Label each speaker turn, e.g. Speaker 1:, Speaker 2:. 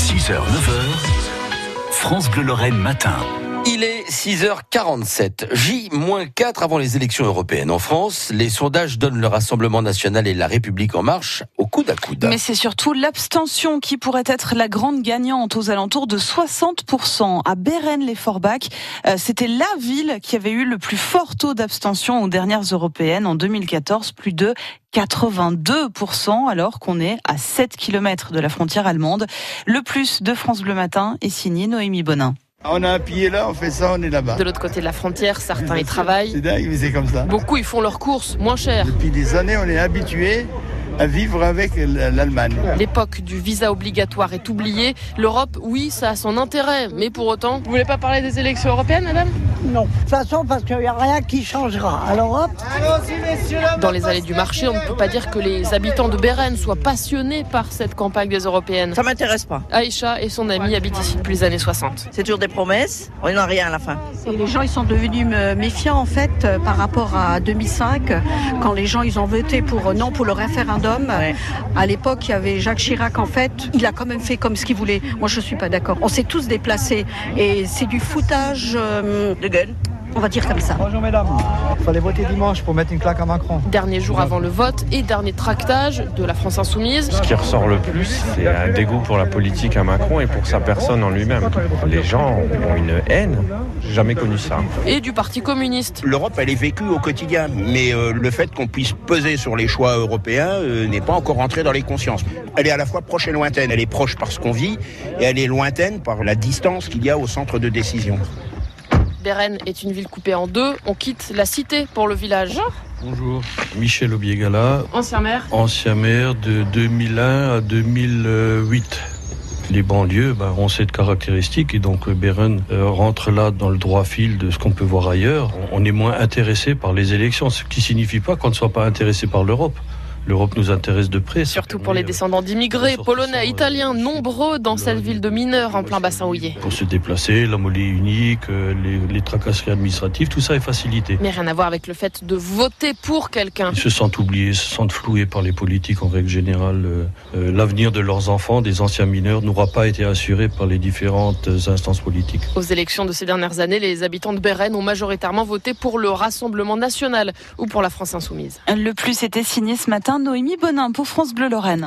Speaker 1: 6h, 9h, France Bleu Lorraine matin.
Speaker 2: Il est 6h47, J-4 avant les élections européennes en France. Les sondages donnent le Rassemblement national et la République en marche au coude à coude.
Speaker 3: Mais c'est surtout l'abstention qui pourrait être la grande gagnante aux alentours de 60%. À Béren-les-Forbach, euh, c'était la ville qui avait eu le plus fort taux d'abstention aux dernières européennes en 2014, plus de 82%, alors qu'on est à 7 km de la frontière allemande. Le plus de France Bleu Matin est signé Noémie Bonin.
Speaker 4: Ah, On a un pied là, on fait ça, on est là-bas.
Speaker 5: De l'autre côté de la frontière, certains y
Speaker 4: C'est
Speaker 5: travaillent.
Speaker 4: dingue, mais c'est comme ça.
Speaker 5: Beaucoup ils font leurs courses moins chères.
Speaker 4: Depuis des années, on est habitué à vivre avec l'Allemagne.
Speaker 5: L'époque du visa obligatoire est oubliée. L'Europe, oui, ça a son intérêt, mais pour autant. Vous voulez pas parler des élections européennes, madame
Speaker 6: Non. De toute façon, parce qu'il n'y a rien qui changera. Alors hop,
Speaker 5: Dans les allées du marché, on ne peut pas dire que les habitants de Béren soient passionnés par cette campagne des européennes.
Speaker 7: Ça m'intéresse pas.
Speaker 5: Aïcha et son ami habitent ici depuis les années 60.
Speaker 7: C'est toujours des promesses. On n'a rien à la fin.
Speaker 8: Et les gens, ils sont devenus euh, méfiants en fait euh, par rapport à 2005, euh, quand les gens, ils ont voté pour euh, non pour le référendum.
Speaker 7: Ouais.
Speaker 8: À l'époque, il y avait Jacques Chirac en fait. Il a quand même fait comme ce qu'il voulait. Moi, je suis pas d'accord. On s'est tous déplacés et c'est du foutage, euh,
Speaker 7: De gueule.
Speaker 8: on va dire comme ça.
Speaker 9: Bonjour mesdames. Fallait voter dimanche pour mettre une claque à Macron.
Speaker 5: Dernier jour avant le vote et dernier tractage de la France insoumise.
Speaker 10: Ce qui ressort le plus, c'est un dégoût pour la politique à Macron et pour sa personne en lui-même. Les gens ont une haine. J'ai jamais connu ça.
Speaker 5: et du Parti communiste.
Speaker 11: L'Europe, elle est vécue au quotidien, mais euh, le fait qu'on puisse peser sur les choix européens euh, n'est pas encore entré dans les consciences. Elle est à la fois proche et lointaine. Elle est proche par ce qu'on vit et elle est lointaine par la distance qu'il y a au centre de décision.
Speaker 5: Béren est une ville coupée en deux. On quitte la cité pour le village.
Speaker 12: Bonjour, Michel Obiegala,
Speaker 5: Ancien maire.
Speaker 12: ancien maire de 2001 à 2008. Les banlieues ben, ont cette caractéristique et donc euh, Beren euh, rentre là dans le droit fil de ce qu'on peut voir ailleurs. On on est moins intéressé par les élections, ce qui signifie pas qu'on ne soit pas intéressé par l'Europe. L'Europe nous intéresse de près.
Speaker 5: Surtout pour les
Speaker 12: Oui, euh,
Speaker 5: descendants d'immigrés,
Speaker 12: ressortissants,
Speaker 5: polonais,
Speaker 12: euh,
Speaker 5: italiens, nombreux dans cette ville de mineurs en plein bassin houillé.
Speaker 12: Pour se déplacer, la mollet unique, euh, les, les tracasseries administratives, tout ça est facilité.
Speaker 5: Mais rien à voir avec le fait de voter pour quelqu'un.
Speaker 12: Ils se sentent oubliés, se sentent floués par les politiques en règle générale. Euh, euh, L'avenir de leurs enfants, des anciens mineurs, n'aura pas été assuré par les différentes instances politiques.
Speaker 5: Aux élections de ces dernières années, les habitants de Béren ont majoritairement voté pour le Rassemblement national ou pour la France insoumise.
Speaker 3: Le plus était signé ce matin Noémie Bonin pour France Bleu Lorraine.